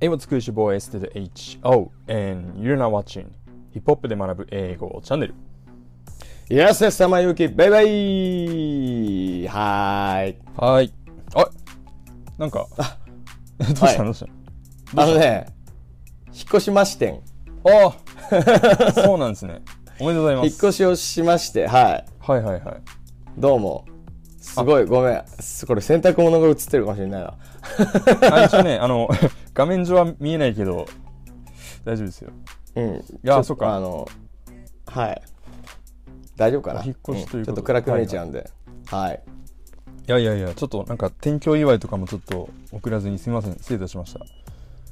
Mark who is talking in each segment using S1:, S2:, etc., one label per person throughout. S1: 英語つくし boys to the HO and you're now watching ヒップホップで学ぶ英語チャンネル
S2: やすやすたまゆき、バイバイはーい。
S1: はいあなんかどうしたの、
S2: はい
S1: どうしたの
S2: あのね、引っ越しましてん。
S1: ああそうなんですねおめでとうございま
S2: 引っ
S1: す
S2: 越しをしまして、はい。
S1: はいはいはい
S2: どうも。すごい、ごめん。すこれ洗濯物が映ってるかもしれないな。
S1: あ一応ねあの 画面上は見えないけど大丈夫ですよ
S2: うん。い
S1: やそっか
S2: あの、はい。大丈夫かな
S1: お引っ越しということで
S2: んちょっと暗く見えちゃうんで。はい、
S1: いやいやいやちょっとなんか転居祝いとかもちょっと送らずにすみません失礼いたしました
S2: い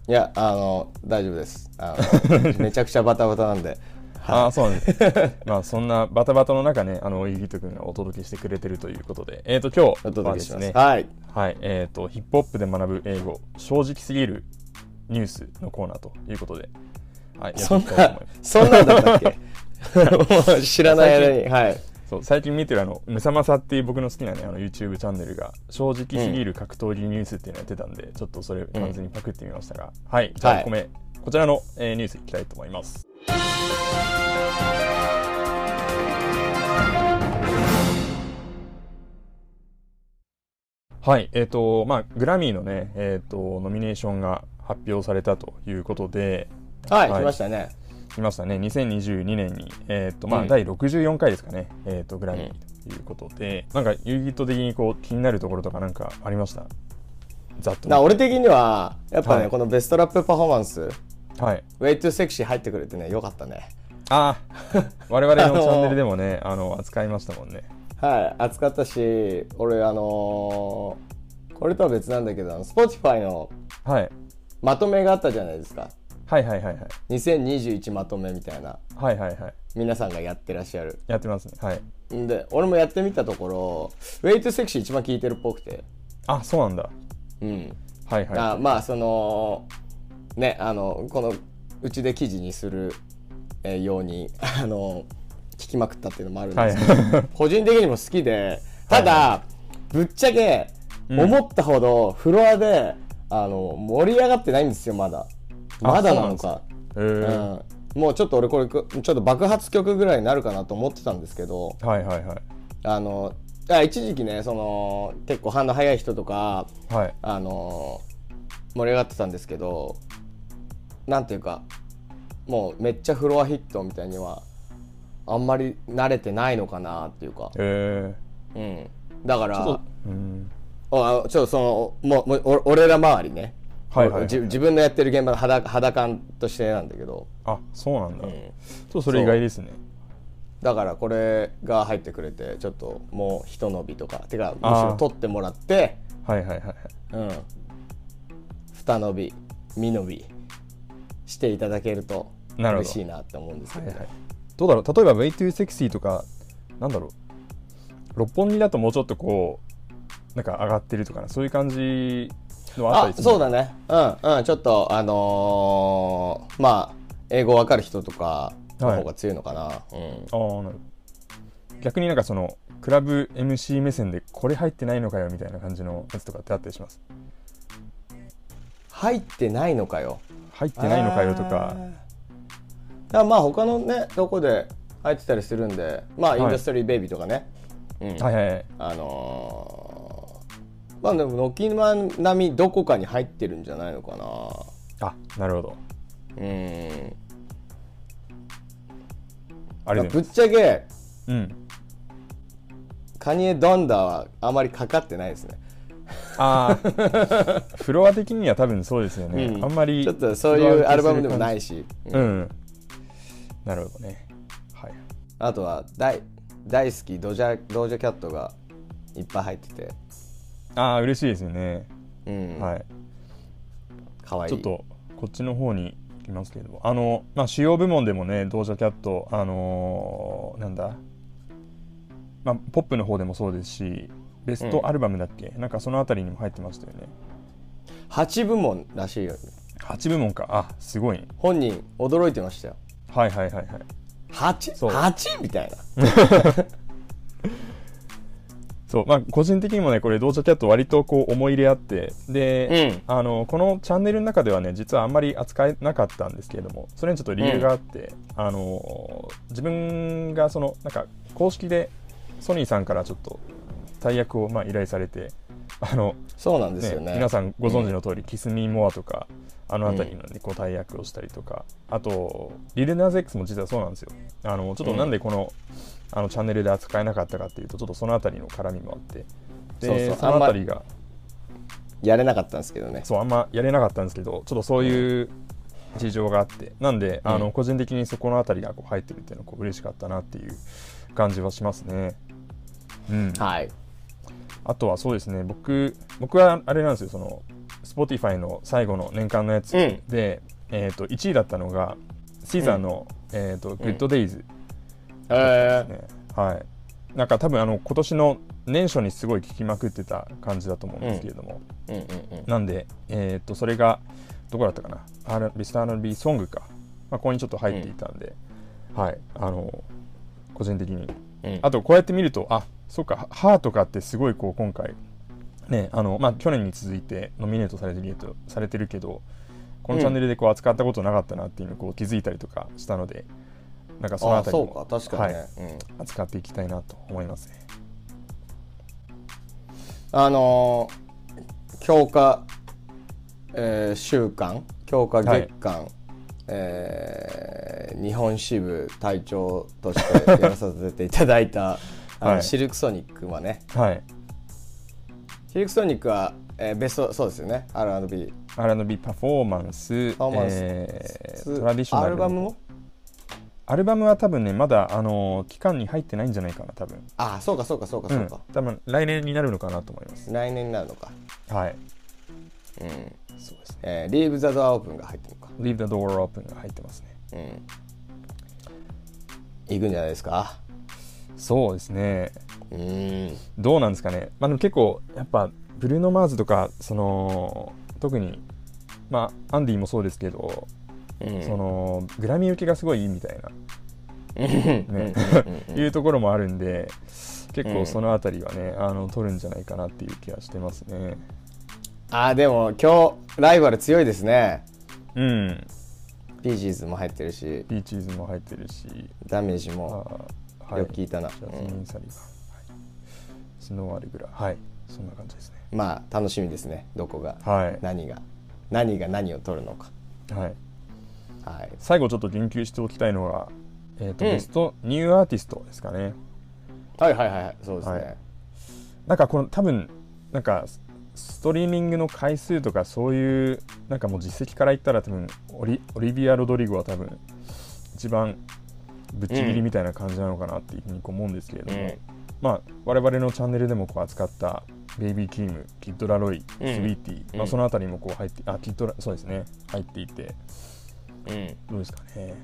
S2: や、あの、大丈夫です。あの めちゃくちゃバタバタなんで。
S1: ああそうなんです ねまあそんなバタバタの中ねあのゆぎとくんがお届けしてくれてるということでえっ、と今
S2: お
S1: 日は
S2: 届
S1: で
S2: けし
S1: す
S2: ます。
S1: ね
S2: はい。
S1: はいえっ、とヒップホップで学ぶ英語正直すぎるニュースのコーナーということではいや
S2: そ
S1: っ
S2: ん
S1: ていきたいと思
S2: な
S1: います、
S2: そんなんだったっけ もう知らない間に。はい。
S1: そう最近見てるあの「むさまさ」っていう僕の好きなねあの YouTube チャンネルが正直すぎる格闘技ニュースっていうのやってたんで、ちょっとそれ完全にパクってみましたが、はいじゃあ
S2: はい
S1: 1個目、こちらの、えーニュースいきたいと思いますはい、えっ、と、まあ、グラミーのね、えっ、と、ノミネーションが発表されたということで、
S2: はい、
S1: はい
S2: 来ましたね。
S1: いましたね2022年に、えーとまあ
S2: うん
S1: 第64回ですかね、えー、とグラミーということで、なんかユーギット的にこう気になるところとかなんかありましたざっと
S2: な俺的には、やっぱね、
S1: はい
S2: このベストラップパフォーマンス、
S1: はい
S2: ウェイトセクシー入ってくれてね、よかったね。
S1: あ あ我々
S2: あの
S1: の
S2: ー
S1: チャンネルでもね、あの扱いましたもんね
S2: はい、暑かったし、俺、あのーこれとは別なんだけど、あの Spotify の
S1: はい
S2: まとめがあったじゃないですか。
S1: はいはいはいはい
S2: 2021まとめみたいな、
S1: はいはいはい
S2: 皆さんがやってらっしゃる。
S1: やってますねはい
S2: んで、俺もやってみたところ、ウェイトセクシー一番聞いてるっぽくて。
S1: あそうなんだ
S2: うん。
S1: はいはい
S2: あまあそのねあのこのうちで記事にするえーように あの聞きまくったっていうのもあるん
S1: は
S2: で
S1: い
S2: すけど、個人的にも好きでただ、ぶっちゃけ
S1: うん
S2: 思ったほどフロアで、あの盛り上がってないんですよまだ
S1: あ
S2: まだなのか
S1: えー
S2: うん、もうちょっと俺これちょっと爆発曲ぐらいになるかなと思ってたんですけど
S1: はいはいはい
S2: あのあ一時期ねその結構反応早い人とか
S1: はい
S2: あのー盛り上がってたんですけどなんていうかもうめっちゃフロアヒットみたいにはあんまり慣れてないのかなっていうか、
S1: え
S2: うん、だから
S1: ー、うん
S2: おあのちょっとそのもうもうお俺ら周りね、
S1: はいはいはい
S2: じ自分のやってる現場の肌肌感としてなんだけど、
S1: あそうなんだ、
S2: うん
S1: ちょっとそれ意外ですね
S2: だからこれが入ってくれてちょっともうひと伸びとかてかむし
S1: あ
S2: ろ
S1: ー
S2: 取ってもらって、
S1: はいはいはいはい
S2: うん、二伸び身伸びしていただけると
S1: なるほ
S2: 嬉
S1: ど
S2: しいなって思うんですけど、
S1: はいはい、どうだろう例えば「Way to Sexy」とかなんだろう六本木だともうちょっとこうなんか上がってるとかなそういう感じのあった
S2: あ
S1: りする
S2: そうだねうんうんちょっとあのーまあ英語わかる人とかの方が強いのかな、うん
S1: あーなるほど逆になんかそのクラブ MC 目線でこれ入ってないのかよみたいな感じのやつとかってあったりします
S2: 入ってないのかよ
S1: 入ってないのかよと
S2: あ
S1: か
S2: ーだからまあ他のねどこで入ってたりするんでまあ
S1: い
S2: インダストリーベイビーとかね、うん
S1: はいはいはい
S2: あのーまあでも軒並みどこかに入ってるんじゃないのかな
S1: あなるほど
S2: うん
S1: あれで
S2: ぶっちゃけ
S1: うん
S2: カニエ・ドンダはあまりかかってないですね、
S1: あー フロア的には多分そうですよね、
S2: うん
S1: あんまり
S2: ちょっとそういうアルバムでもないいし、
S1: う
S2: うん
S1: んなるほどねはい
S2: あとは大大好きドジャドージャキャットがいっぱい入ってて、
S1: ああ嬉しいですよね、
S2: うん
S1: はい
S2: かわいい
S1: ちょっとこっちの方に行きますけれどもあの、まあ、主要部門でもねドージャキャットあのーなんだ、まあ、ポップの方でもそうですしベストアルバムだっけ、なんかそのあたりにも入ってましたよね
S2: 8部門らしいよ
S1: 8部門かあすごいね
S2: 本人驚いてましたよ
S1: はいはいはいはい
S2: 8?8?
S1: そう
S2: 8みたいな
S1: そうまあ、個人的にもねこれドージャキャット割とこう思い入れあってで、
S2: う
S1: あのこのチャンネルの中ではね実はあんまり扱えなかったんですけれどもそれにちょっと理由があって、あの自分がそのなんか公式でソニーさんからちょっと大役をまあ依頼されてあの、
S2: そうなんです
S1: ね
S2: よね
S1: 皆さんご存知の通り「キス・ミー・モア」とかあの辺りの、ねこう大役をしたりとかあと「リルナーズ X」も実はそうなんですよあのちょっとなんでこの,、あのチャンネルで扱えなかったかっていうとちょっとその辺りの絡みもあってで
S2: そうそ
S1: そうの辺りが
S2: やれなかったんですけどね
S1: そうあんまやれなかったんですけどちょっとそういう事情があってなんで、あ
S2: うん
S1: の個人的にそこの辺りがこう入ってるっていうのはこう嬉しかったなっていう感じはしますね。うん、
S2: はい
S1: あとはそうですね、僕、僕はあれなんですよ、その、Spotify の最後の年間のやつ
S2: うん
S1: で、えっ、と、1位だったのが、シーザーの、えっ、と、グッドデイズ
S2: え
S1: ね、はい。なんか多分、あの、今年の年初にすごい聴きまくってた感じだと思うんですけれども、
S2: ー、うんうんうん
S1: なんで、えっ、と、それが、どこだったかな、R- ベスト R&B ソングか、まあ、ここにちょっと入っていたんで、はい、あの、個人的に
S2: うん
S1: あとこうやって見るとあそうか歯とかってすごいこう今回ねあのまあ去年に続いてノミネートされてるけどされてるけどこのチャンネルでこう扱ったことなかったなっていうのをこう気づいたりとかしたのでなんかその
S2: あ
S1: あ
S2: あ
S1: たり
S2: そう
S1: も
S2: か確かにね、
S1: はい
S2: うん、
S1: 扱っていきたいなと思いますね
S2: あのー強化、えー週間強化月間、えー日本支部隊長としてやらさせていただい たあの、
S1: はい
S2: シルクソニックはね
S1: はい
S2: シルクソニックは、えーベストそうですよね R&B
S1: R&B パフォーマンス
S2: パフォーマンス
S1: えートラディショナル
S2: アルバムも
S1: アルバムは多分ねまだあの期間に入ってないんじゃないかな多分
S2: ああそうかそうかそうかそうか、
S1: ん、多分来年になるのかなと思います
S2: 来年になるのか
S1: はい
S2: うん
S1: そうですね
S2: えー、Leave the door open が入ってるのか
S1: Leave the door open が入ってますね
S2: うんいくんじゃないですか
S1: そうですね
S2: うん
S1: どうなんですかね、まあ、でも結構やっぱブルーノ・マーズとかその特に、まあ、アンディもそうですけど、
S2: うん
S1: そのグラミー受けがすごいいいみたいな、ね
S2: うん
S1: いうところもあるんで結
S2: う
S1: 構
S2: ん
S1: その辺りはね、あの取るんじゃないかなっていう気がしてますね。
S2: あーでも今日ライバル強いですね
S1: うん、
S2: ビージーズも入ってるし
S1: ビーチーズも入ってるし、
S2: ダメージ
S1: あ
S2: も
S1: ーはい、
S2: よく聞いたな、
S1: ジャスミン・サリバン、はい、スノー・アルグラ、はい、そんな感じですね。
S2: うんまあ楽しみですねどこが
S1: は
S2: 何が何が何を取るのか
S1: い、はい、
S2: はい
S1: 最後ちょっと言及しておきたいのが、えーと
S2: うん
S1: ベストニューアーティストですかね。
S2: はいはいはいはいそうですね、
S1: はいなんかこの多分なんかスストリーミングの回数とかそういうなんかもう実績から言ったら多分オリオリビア・ロドリゴは多分一番ぶっちぎりみたいな感じなのかなっていうふうにこう思うんですけれども、まあ我々のチャンネルでもこう扱ったベイビー・キームキッド・ラロイスウ
S2: うん
S1: ィーティー、
S2: うん
S1: まあ、そのあたりもこう入ってあキッドラそうですね入っていて
S2: うんうん
S1: どうですかね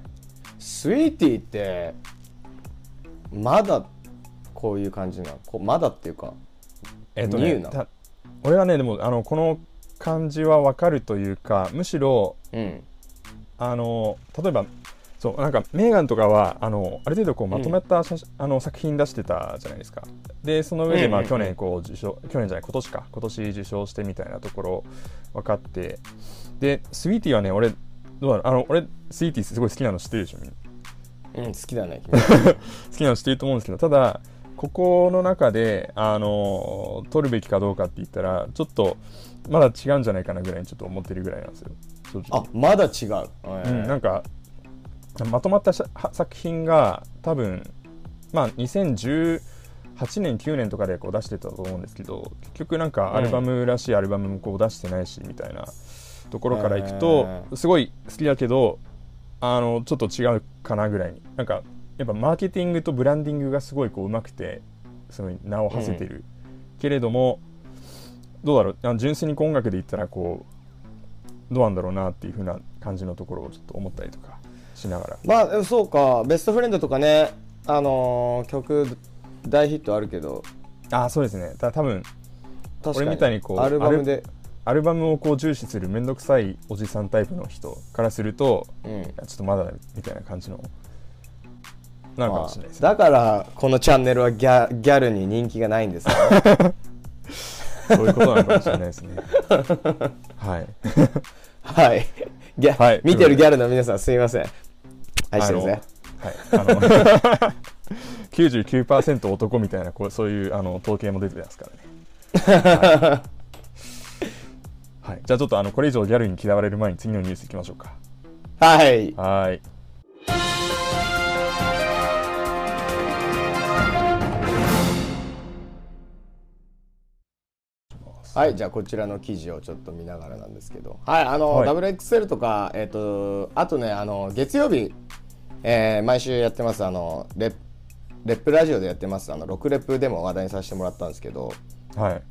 S2: スイーティーってまだこういう感じなこうまだっていうか
S1: えっ、と
S2: ニ
S1: ね
S2: ューな
S1: た俺はねでもあのこの感じはわかるというかむしろ
S2: うん
S1: あの例えばそうなんかメーガンとかはあのある程度こうまとまった写真、あの作品出してたじゃないですかでその上で、まあ
S2: うんうんう
S1: 去
S2: ん
S1: 年こう受賞去年じゃない今年か今年受賞してみたいなところ分かってでスウィーティーはね俺どうなのあの俺スウィーティーすごい好きなの知ってるでしょみんな
S2: うん好きだね君
S1: 好きなの知ってると思うんですけどただここの中であの取るべきかどうかって言ったらちょっとまだ違うんじゃないかなぐらいにちょっと思ってるぐらいなんですよ正直
S2: あまだ違う、え
S1: うん、
S2: ー
S1: なんかまとまったしは作品が多分、まあ、2018年9年とかでこう出してたと思うんですけど結局なんかアルバムらしいアルバムもこう出してないしみたいなところからいくと、
S2: う
S1: すごい好きだけどあのちょっと違うかなぐらいになんかやっぱマーケティングとブランディングがすごいこうまくてすごい名を馳せてる、けれどもどうだろうあの純粋に音楽で言ったらこうどうなんだろうなっていうふうな感じのところをちょっと思ったりとかしながら
S2: まあそうかベストフレンドとかねあのー曲大ヒットあるけど
S1: ああそうですねた多分
S2: 確かに
S1: 俺みたいにこう
S2: アルバムで
S1: アルバムをこう重視する面倒くさいおじさんタイプの人からすると
S2: うん
S1: いやちょっとまだみたいな感じのなるかもしれないですね、
S2: だからこのチャンネルはギャギャルに人気がないんですよね
S1: そういうことなのかもしれないですねはい
S2: はいギャ、
S1: はい
S2: 見てるギャルの皆さんすいません愛してるぜ
S1: あのはいあの99%男みたいなこうそういうあの統計も出てますからね、はい、はいじゃあちょっとあのこれ以上ギャルに嫌われる前に次のニュースいきましょうか
S2: はい
S1: はい
S2: はい、じゃあこちらの記事をちょっと見ながらなんですけど、はい、あの、
S1: はい
S2: WXL とか、えっ、と、あとね、あの、月曜日、えー毎週やってます、あの、レッレップラジオでやってます、あの、6レップでも話題にさせてもらったんですけど、
S1: はい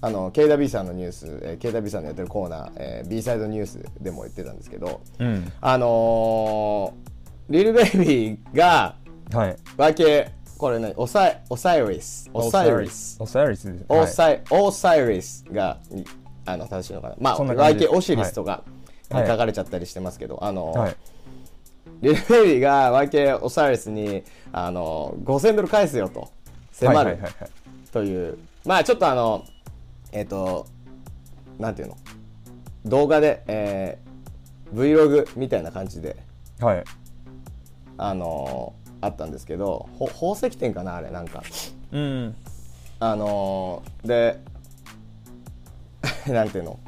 S2: あの、KW さんのニュース、えー KW さんのやってるコーナー、えー B サイドニュースでも言ってたんですけど、
S1: うん
S2: あのーリルベイビーが、
S1: はい
S2: わけ、これね、オサイ、オサイリス、オサイリス。
S1: オサイリスです
S2: オーサイ、オーサイリスがいあの正しいのかなまあ
S1: そんな感じ
S2: YK オシリスとか、
S1: はい
S2: 書かれちゃったりしてますけどあの、
S1: はい
S2: リル・ベイビーが YK オサイリスにあの5000ドル返すよと迫る、
S1: はいはいはいはい
S2: というまあちょっとあのえっ、となんていうの動画で、えー Vlog みたいな感じで
S1: はい
S2: あのあったんですけどほ宝石店かなあれなんか
S1: うん
S2: あのーで なんていうの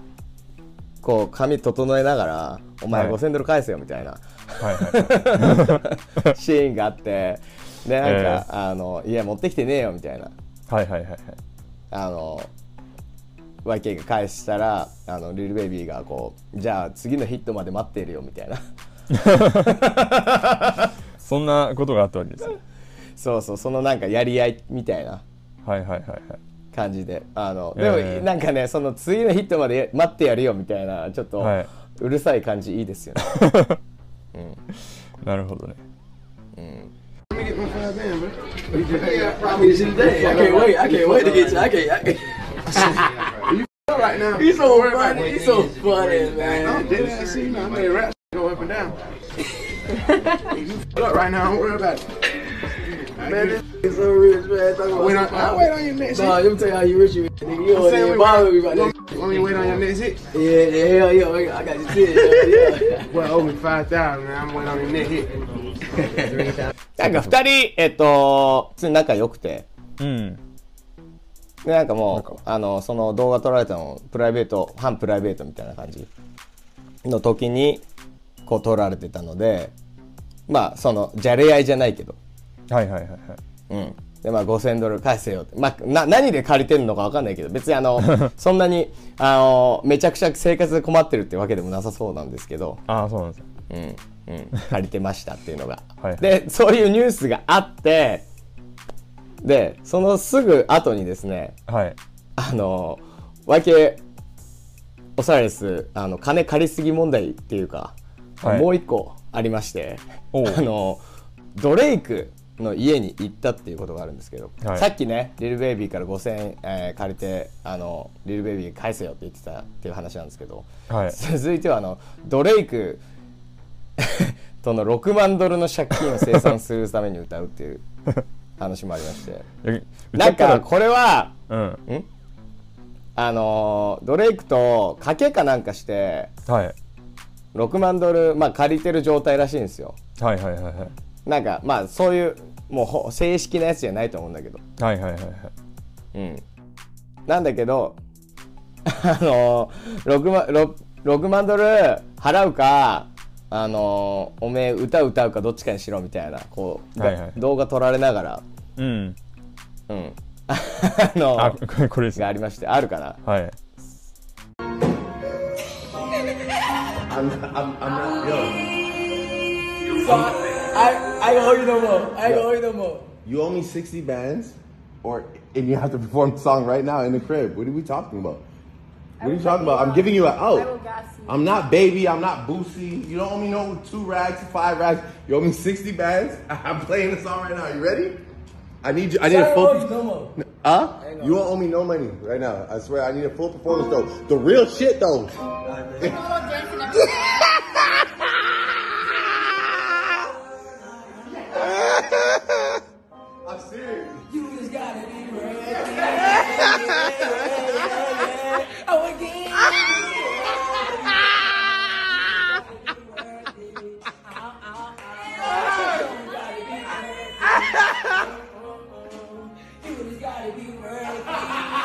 S2: こう髪整えながら「お前
S1: はい
S2: 5000ドル返せよ」みたい な
S1: はいはいはい
S2: シーンがあってでなんか、
S1: ええ
S2: あの「いや持ってきてねえよ」みたいな
S1: はいはいはいはい
S2: あの YK が返したらあのリルベイビーがこう「じゃあ次のヒットまで待っているよ」みたいな
S1: そんなことがあったわけですね
S2: そうそうそのなんかやり合いみたいな
S1: はいはいはいはい
S2: 感じであの
S1: え
S2: でも、
S1: え
S2: なんかねその次のヒットまで待ってやるよみたいなちょっと
S1: はいう
S2: るさい感じいいですよね。
S1: なるほどね
S3: Yeah, probably this is the day. I can't wait. I can't wait to get you. I can't. I can't. you right now. He's so funny. He's Oh, so funny, man. I'm dead ass serious. I'm letting rap go up and down. you f- up right now. Don't worry about it. Man, this is so rich, man. Talk about wait on, I wait on your next hit. let me tell you how you rich you is, nigga. You don't even bother me about that.
S4: Let me wait on your next hit.
S3: Yeah, yeah, hell yeah. nigga, I got you shit. Yeah.
S4: Well, over 5,000, man. I'm waiting on your next hit.
S2: なんか二人、えっと、普通に仲良くて、
S1: うん
S2: で、なん
S1: な
S2: か
S1: ん
S2: も
S1: か
S2: う、あの、その動画撮られたの、プライベート、反プライベートみたいな感じの時に、こう撮られてたので、まあ、その、じゃれ合いじゃないけど、
S1: はいはいはいはい
S2: うん。で、まあ、5000ドル返せよって。まあ、な、何で借りてるのかわかんないけど、別に あの、そんなに、あの、めちゃくちゃ生活で困ってるってわけでもなさそうなんですけど、
S1: ああそうなんですよ
S2: うんうん、借りてましたっていうのが
S1: はいはい
S2: でそういうニュースがあってでそのすぐ後にですね
S1: はい
S2: あの YK オサイリスあの金借りすぎ問題っていうか、
S1: はい
S2: もう一個ありまして
S1: おう
S2: あのドレイクの家に行ったっていうことがあるんですけど、
S1: はい
S2: さっきねリルベイビーから5000円、えー借りてあのリルベイビー返せよって言ってたっていう話なんですけど、
S1: はい
S2: 続いてはあのドレイク との6万ドルの借金を清算するために歌うっていう話もありま して
S1: え
S2: なんかこれは
S1: うん
S2: あのードレイクと賭けかなんかして
S1: はい
S2: 6万ドル、まあ、借りてる状態らしいんですよ
S1: はいはいはいはい
S2: なんかまあそういうもうほ正式なやつじゃないと思うんだけど
S1: はいはいはいはい
S2: うんなんだけど あのー、6, 万 6, 6万ドル払うかあのーおめえ歌歌うかどっちかにしろみたいなこう、が
S1: はいはい
S2: 動画撮られながら
S1: うん
S2: うん あの
S1: あこれこれです
S2: があ
S1: ね
S2: りましてあるかな
S1: はい
S3: I, I ain't gonna hold you no more. I ain't gonna hold you no more.
S5: You owe me 60 bands, or and you have to perform the song right now in the crib. What are we talking about? What are you talking about? I'm giving you an
S6: I will
S5: out.
S6: gas you.
S5: I'm not baby. I'm not Boosie. You don't owe me no two rags, five rags. You owe me 60 bands. I'm playing the song right now. You ready? I need you. I need
S3: I
S5: a
S3: ain't
S5: full.
S3: gonna hold you no more.
S5: Huh? You don't owe me no money right now. I swear. I need a full performance though. The real shit though.
S6: Solo dance and everything.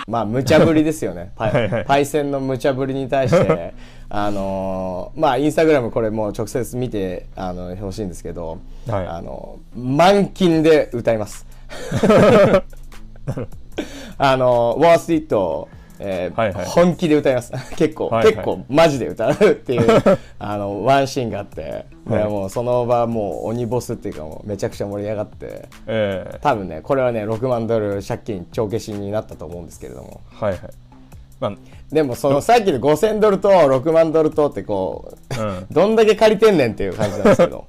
S2: まあ無茶ぶりですよねパ イ
S1: はいはい
S2: パイセンの無茶ぶりに対して あのーまあインスタグラムこれもう直接見てあのほしいんですけど、
S1: はい
S2: あの満勤で歌います あのウォースイットを、えー
S1: はいはい
S2: 本気で歌います 結構、
S1: はいはい
S2: 結構マジで歌うって いうあのワンシーンがあって、いやもうその場もう鬼ボスっていうかもうめちゃくちゃ盛り上がって
S1: え
S2: 多分ねこれはね6万ドル借金帳消しになったと思うんですけれども
S1: ー、はいはいまあ
S2: でもそのさっきの5000ドルと6万ドルとってこう、
S1: うん
S2: どんだけ借りてんねんっていう感じなんですけど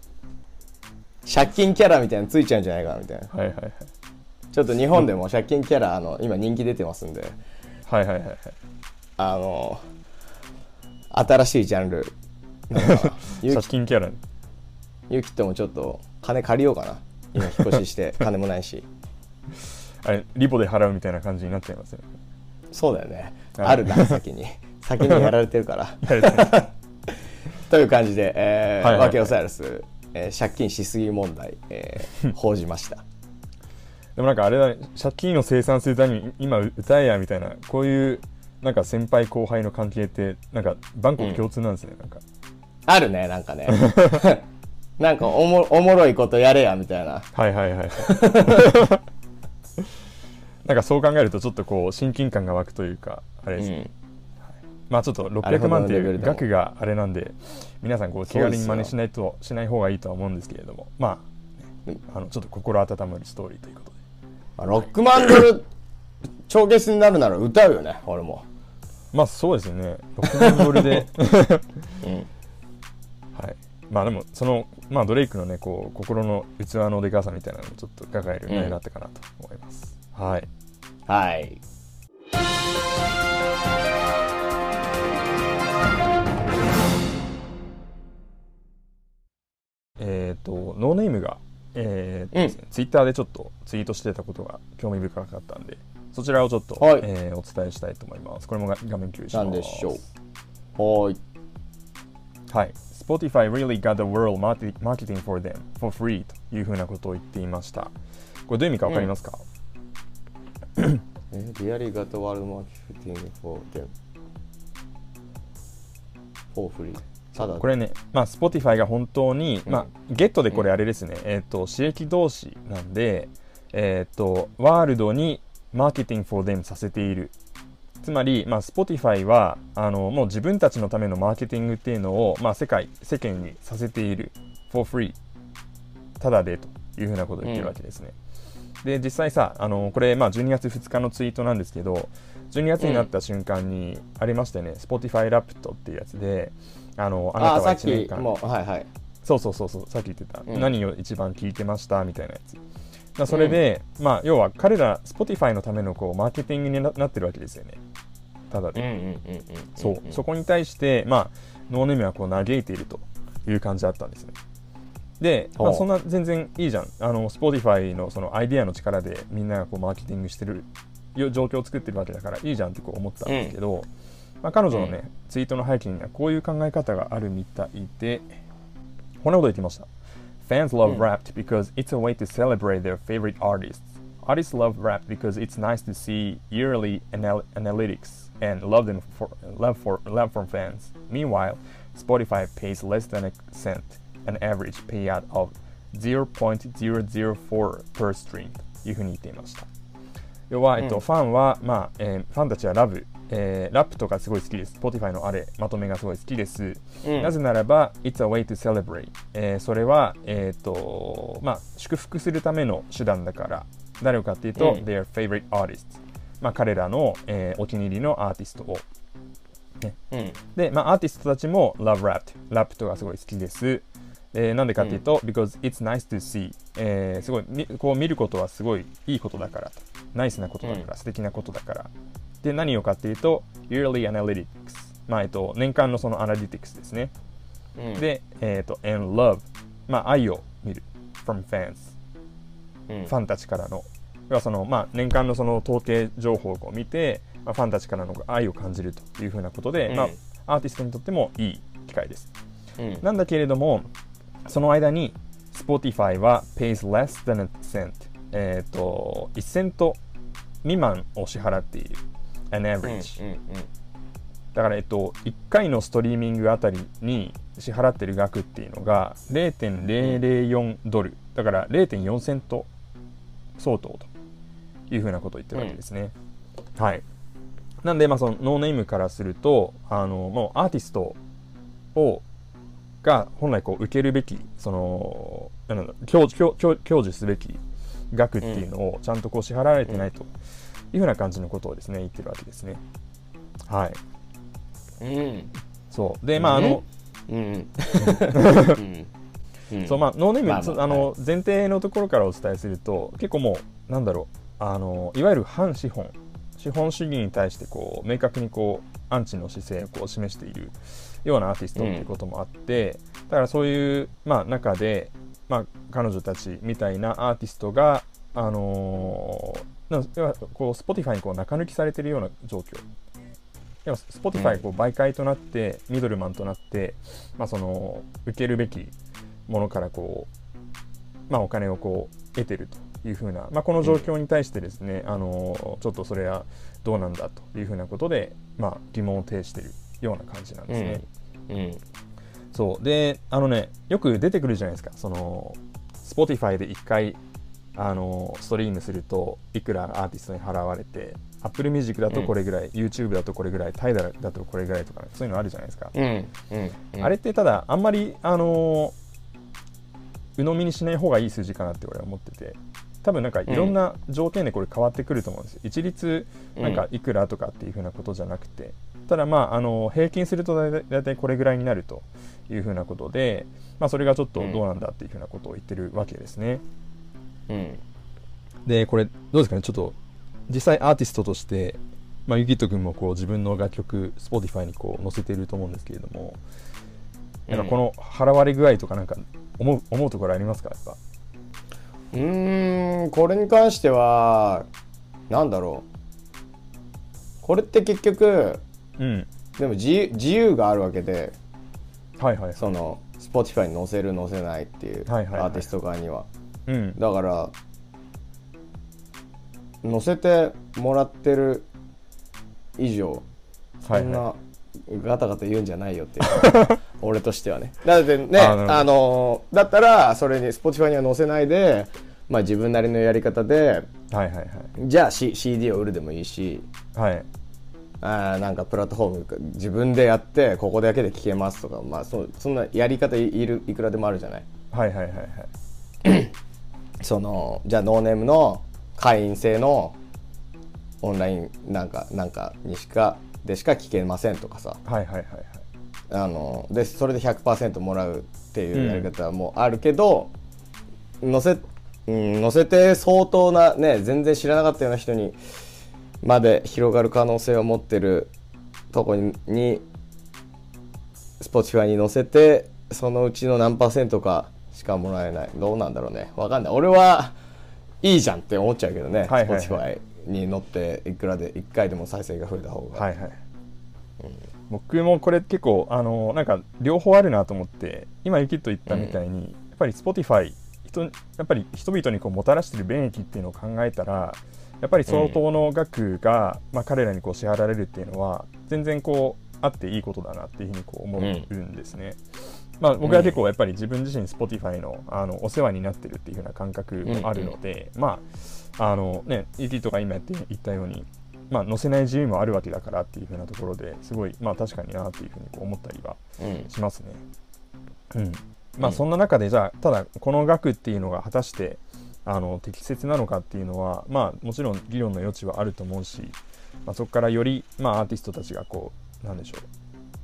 S2: 借金キャラみたいなのついちゃうんじゃないかなみたいな
S1: はいはいはい
S2: ちょっと日本でも借金キャラあの今人気出てますんで
S1: はいはいはいはい
S2: あの新しいジャンルなんかゆ
S1: 借
S2: き
S1: 金キャラ
S2: ゆきともちょっと金借りようかな今引っ越しして 金もないし
S1: あれリボで払うみたいな感じになっちゃいますよね
S2: そうだよね
S1: はい
S2: あるな先に先にやられてる から
S1: やられてま
S2: という感じで、えー
S1: はいはいはい
S2: ワケオサイラス、えー借金しすぎ問題、え ー報じました
S1: でもなんかあれだね借金を清算するために今歌えやみたいなこういうなんか先輩後輩の関係ってなんかバンコク共通なんですね、なんか
S2: あるねなんかね なんかおもおもろいことやれやみたいな
S1: はいはいはい なんかそう考えるとちょっとこう親近感が湧くというかあれですね、まあちょっと
S2: あれほ
S1: 600
S2: ど
S1: 万
S2: の
S1: って
S2: レベ
S1: い
S2: ル
S1: う
S2: でも
S1: 額があれなんで皆さんこう気軽に真
S2: そうで
S1: 似
S2: す
S1: し
S2: よ
S1: ないとしない方がいいとは思うんですけれどもまあ,、ねあのちょっと心温まるストーリーということで
S2: まあ6万ドル帳消しになるなら歌うよね俺も
S1: まあそうですね6万ドル で、はいまあでもそのまあドレイクのねこう心の器のでかさみたいなのもちょっと伺える内容だったかなと思います、はい
S2: はい
S1: えっ、とノーネームがえ
S2: うん
S1: ーとツイッターでちょっとツイートしてたことが興味深かったんでそちらをちょっと、
S2: はい
S1: えーお伝えしたいと思いますこれもが画面共有します
S2: 何でしょうはーい
S1: はい、Spotify really got the world market- marketing for them for free というふうなことを言っていました。これどういう意味かわかりますか、
S2: えリアリーガトワールドマーケティング for them for free ただ
S1: これね、まあ、Spotify が本当に、まあ、ゲットでこれあれですね、えっ、と、刺激同士なんで、えっ、と、ワールドにマーケティング for them させている。つまり、まあ、Spotify は、あの、もう自分たちのためのマーケティングっていうのを、まあ、世界、世間にさせている。for free。ただでというふうなことを言ってるわけですね。で実際さあのこれ、まあ、12月2日のツイートなんですけど12月になった瞬間にありましたよね、Spotify ラプトっていうやつであのあな
S2: あ
S1: た
S2: さ
S1: は
S2: っ
S1: 1年
S2: き
S1: 間
S2: もうはいはい
S1: そうそうそうそうさっき言ってた、
S2: うん
S1: 何を一番聞いてましたみたいなやつだからそれで、まあ要は彼ら Spotify のためのこうマーケティングにななってるわけですよねただで、
S2: うんうんうんうん
S1: そう、そこに対して、まあ、ノーネームはこう嘆いているという感じだったんですね。で、ま
S2: ほ
S1: あ、
S2: う
S1: そんな全然いいじゃん。あの、Spotify のそのアイデアの力でみんながこうマーケティングしてるよ状況を作ってるわけだからいいじゃんってこう思ったんですけど、まあ、彼女のね、ツイートの背景にはこういう考え方があるみたいで、こんなこと言ってました。Fans love rap because it's a way to celebrate their favorite artists. Artists love rap because it's nice to see yearly anal- analytics and love them for love for love from fans. Meanwhile, Spotify pays less than a cent, an average payout of 0.004 per stream. というふうに言っていました。要は、えっとファンは、まあえーファンたちはラブ、えーラップとかすごい好きです。Spotify のあれ、まとめがすごい好きです。なぜならば、It's a way to celebrate、えーそれは、えーとまあ、祝福するための手段だから、誰をかっていうと、Their favorite artist、まあ、彼らの、えーお気に入りのアーティストを。ねで、まあ、アーティストたちも Love Rap、ラップとかすごい好きです。えーなんでかっていうと、because it's nice to see、えーすごいみこう見ることはすごいいいことだからとナイスなことだから、素敵なことだからで何をかっていうと yearly analytics まあえっと年間のそのアナリティクスですね、でえっ、と and love まあ愛を見る from fans、ファンたちからの要はそのまあ年間のその統計情報をこう見て、まあ、ファンたちからの愛を感じるというふうなことで、まあアーティストにとってもいい機会ですなんだけれども、その間に Spotify は pays less than a cent、えー、と1セント未満を支払っている。 an
S2: うん
S1: average、だからえっと1回のストリーミングあたりに支払ってる額っていうのが0.004ドルだから0.4セント相当というふうなことを言ってるわけですね、はいなんでまあそのノーネームからするとあのもうアーティストをが本来こう受けるべきそのなんだ享受享受享受すべき額っていうのをちゃんとこう支払われてないというふうな感じのことをですね言ってるわけですねはい
S2: うんうん
S1: そうでまああの、
S2: うんうん
S1: そうまあノーネーム、
S2: まあまあ
S1: つ
S2: はい
S1: あの前提のところからお伝えすると結構もうなんだろうあのいわゆる反資本資本主義に対してこう明確にこうアンチの姿勢をこう示しているようなアーティストっていうこともあって、だからそういう、まあ、中で、まあ、彼女たちみたいなアーティストがあのーなん要はこう Spotify にこう中抜きされてるような状況要は Spotify こう媒介となって、ミドルマンとなって、まあ、その受けるべきものからこう、まあ、お金をこう得てるというふうな、まあ、この状況に対してですね、あのちょっとそれはどうなんだというふうなことで、まあ、疑問を呈しているような感じなんですね。
S2: うん
S1: そうであのねよく出てくるじゃないですかその Spotify で1回あのストリームするといくらアーティストに払われて Apple Music だとこれぐらい、YouTube だとこれぐらい Tidal だとこれぐらいとか、ね、そういうのあるじゃないですか。
S2: うんうんうん
S1: あれってただあんまりあのー鵜呑みにしない方がいい数字かなって俺は思ってて多分なんかいろんな条件でこれ変わってくると思うんですよ、一律なんかいくらとかっていう風なことじゃなくて、ただまああの平均すると大体大体これぐらいになるという風なことで、まあ、それがちょっとどうなんだっていう風なことを言ってるわけですね、
S2: うん
S1: でこれどうですかねちょっと実際アーティストとしてまあ、ゆきとくんもこう自分の楽曲 Spotify にこう載せていると思うんですけれども、なんかこの払われ具合とかなんか思う思うところありますかやっぱ
S2: うーんこれに関してはなんだろうこれって結局
S1: うん
S2: でも自由自由があるわけで
S1: はいはい
S2: その Spotify に載せる載せないっていうア
S1: はいはいはい
S2: ーティスト側には
S1: うん
S2: だから載せてもらってる以上
S1: は
S2: そ
S1: い
S2: ん
S1: は
S2: なガタガタ言うんじゃないよって いう俺としてはねだってね
S1: あーなるほど
S2: あのだったらそれに Spotify には載せないで、まあ、自分なりのやり方で
S1: いはいはい
S2: じゃあ、C、CD を売るでもいいし
S1: はいはい
S2: あーなんかプラットフォーム自分でやってここだけで聴けますとか、まあ、そそんなやり方いるいくらでもあるじゃない
S1: はいはいはいはい
S2: そのじゃあノーネームの会員制のオンラインなんかなんかにしかでしか聴けませんとかさ
S1: はいはいはいはい
S2: あのでそれで100%もらうっていうやり方もあるけど、乗せうん、乗せて相当なね全然知らなかったような人にまで広がる可能性を持ってるとこにに Spotify に載せてそのうちの何パーセントかしかもらえないどうなんだろうねわかんない俺はいいじゃんって思っちゃうけどね、
S1: はいはいは
S2: Spotify に乗っていくらで1回でも再生が増えた方が、
S1: はいはい僕もこれ結構あのなんか両方あるなと思って今ゆきっと言ったみたいに、やっぱり Spotify 人やっぱり人々にこうもたらしてる便益っていうのを考えたらやっぱり相当の額が、まあ、彼らにこう支払われるっていうのは全然こうあっていいことだなっていうふうにこう思うんですね。まあ、僕は結構やっぱり自分自身 Spotify のあのお世話になってるっていう風な感覚もあるので、まああのね ET とか今やって言ったように、まあ、載せない自由もあるわけだからっていう風なところですごいまあ確かになっていう風にこう思ったりは
S2: うん
S1: しますね。うんまあ、そんな中でじゃあただこの額っていうのが果たしてあの適切なのかっていうのは、まあ、もちろん議論の余地はあると思うし、まあ、そこからより、まあ、アーティストたちがこうなんでしょう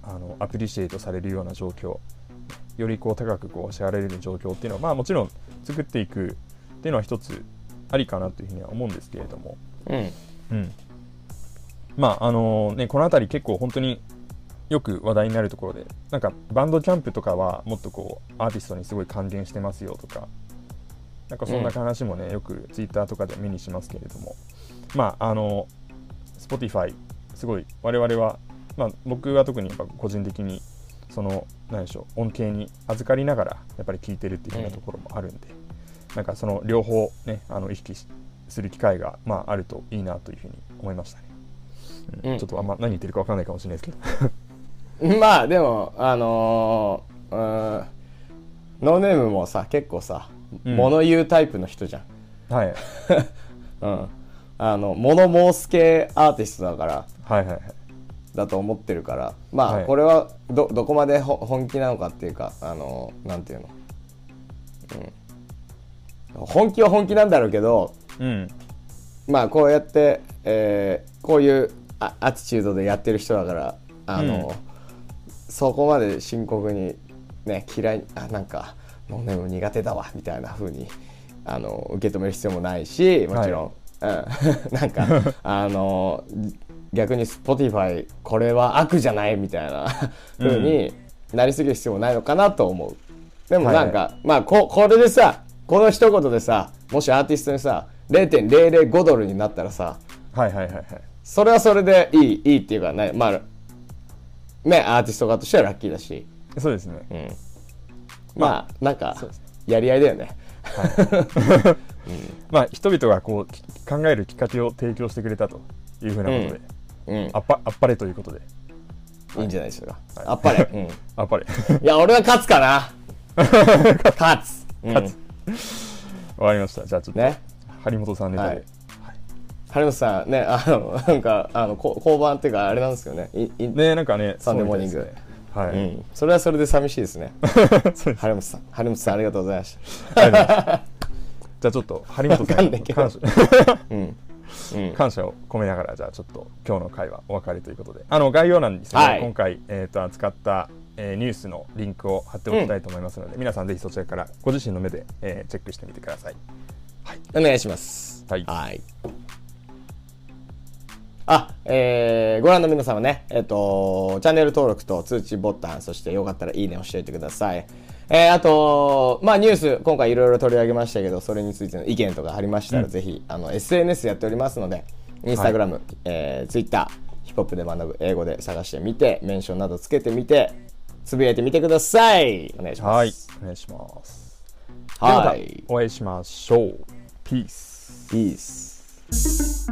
S1: あのアプリシエイトされるような状況よりこう高くこう支払われる状況っていうのは、まあ、もちろん作っていくっていうのは一つありかなというふうには思うんですけれども、
S2: うん
S1: うん、まああのねこの辺り結構本当によく話題になるところでなんかバンドキャンプとかはもっとこうアーティストにすごい還元してますよとかなんかそんな話もね、よくツイッターとかで目にしますけれどもまああの Spotify すごい我々は、まあ、僕は特にやっぱ個人的にその何でしょう恩恵に預かりながらやっぱり聞いてるっていうようなところもあるんで、なんかその両方ねあの意識しする機会が、まあ、あるといいなというふうに思いましたね。
S2: うん
S1: ちょっとあんま何言ってるか分かんないかもしれないですけど
S2: まあでもあのー、うーんノーネームもさ結構さ、
S1: うん
S2: 物言うタイプの人じゃん
S1: はいはい
S2: うんあの物申す系アーティストだから
S1: はいはい
S2: だと思ってるからまあ、
S1: はい
S2: これはどどこまでほ本気なのかっていうかあのなんていうの、うん、本気は本気なんだろうけど
S1: うん
S2: まあこうやって、えーこういうあアティチュードでやってる人だからあの、そこまで深刻にね嫌いあなんか飲んでも苦手だわみたいな風にあの受け止める必要もないしもちろん、うん、 なんかあの逆に Spotify これは悪じゃないみたいな風になりすぎる必要もないのかなと思う。でもなんか、まあここれでさこの一言でさもしアーティストにさ0.005ドルになったらさ
S1: はいはいはいはい
S2: それはそれでいいいいっていうかねまあねアーティスト側としてはラッキーだし
S1: そうです ね、
S2: まあなんかやり合いだよね
S1: まあ人々がこうき考えるきっかけを提供してくれたというふうなことで、
S2: うん
S1: あっぱあっぱれということで
S2: いいんじゃないですか、あっぱ れ、うん、い
S1: あっぱれ
S2: や俺は勝つかな勝つ、うん
S1: わかりましたじゃあちょっと、
S2: ね
S1: 張本さんネタで、
S2: はい春本さんねあのなんかあのこ交番っていうかあれなんですよねいい
S1: ねなんかね
S2: サンデーモーニング
S1: そうみたいですねはい、
S2: うん、それはそれで寂しいですね
S1: そうです
S2: 春本さん春本さんありがとうございました
S1: じゃあちょっと張本さん
S2: わかんないけ
S1: に
S2: ど
S1: 感謝、感謝を込めながらじゃあちょっと今日の会はお別れということであの概要欄にですね、
S2: はい
S1: 今回、えー、と扱った、えーニュースのリンクを貼っておきたいと思いますので、皆さんぜひそちらからご自身の目で、えーチェックしてみてください。
S2: お願いします
S1: はい
S2: あえーご覧の皆様ねえっ、とチャンネル登録と通知ボタンそしてよかったらいいねをしておいてくださいえーあとまあニュース今回いろいろ取り上げましたけどそれについての意見とかありましたら、ぜひあの SNS やっておりますのでインスタグラム、えー、ツイッターヒップホップで学ぶ英語で探してみてメンションなどつけてみてつぶやいてみてくださいお願いしま
S1: はい
S2: す、
S1: お願いします。
S2: はい
S1: お会いしましょう。ピース。
S2: Peace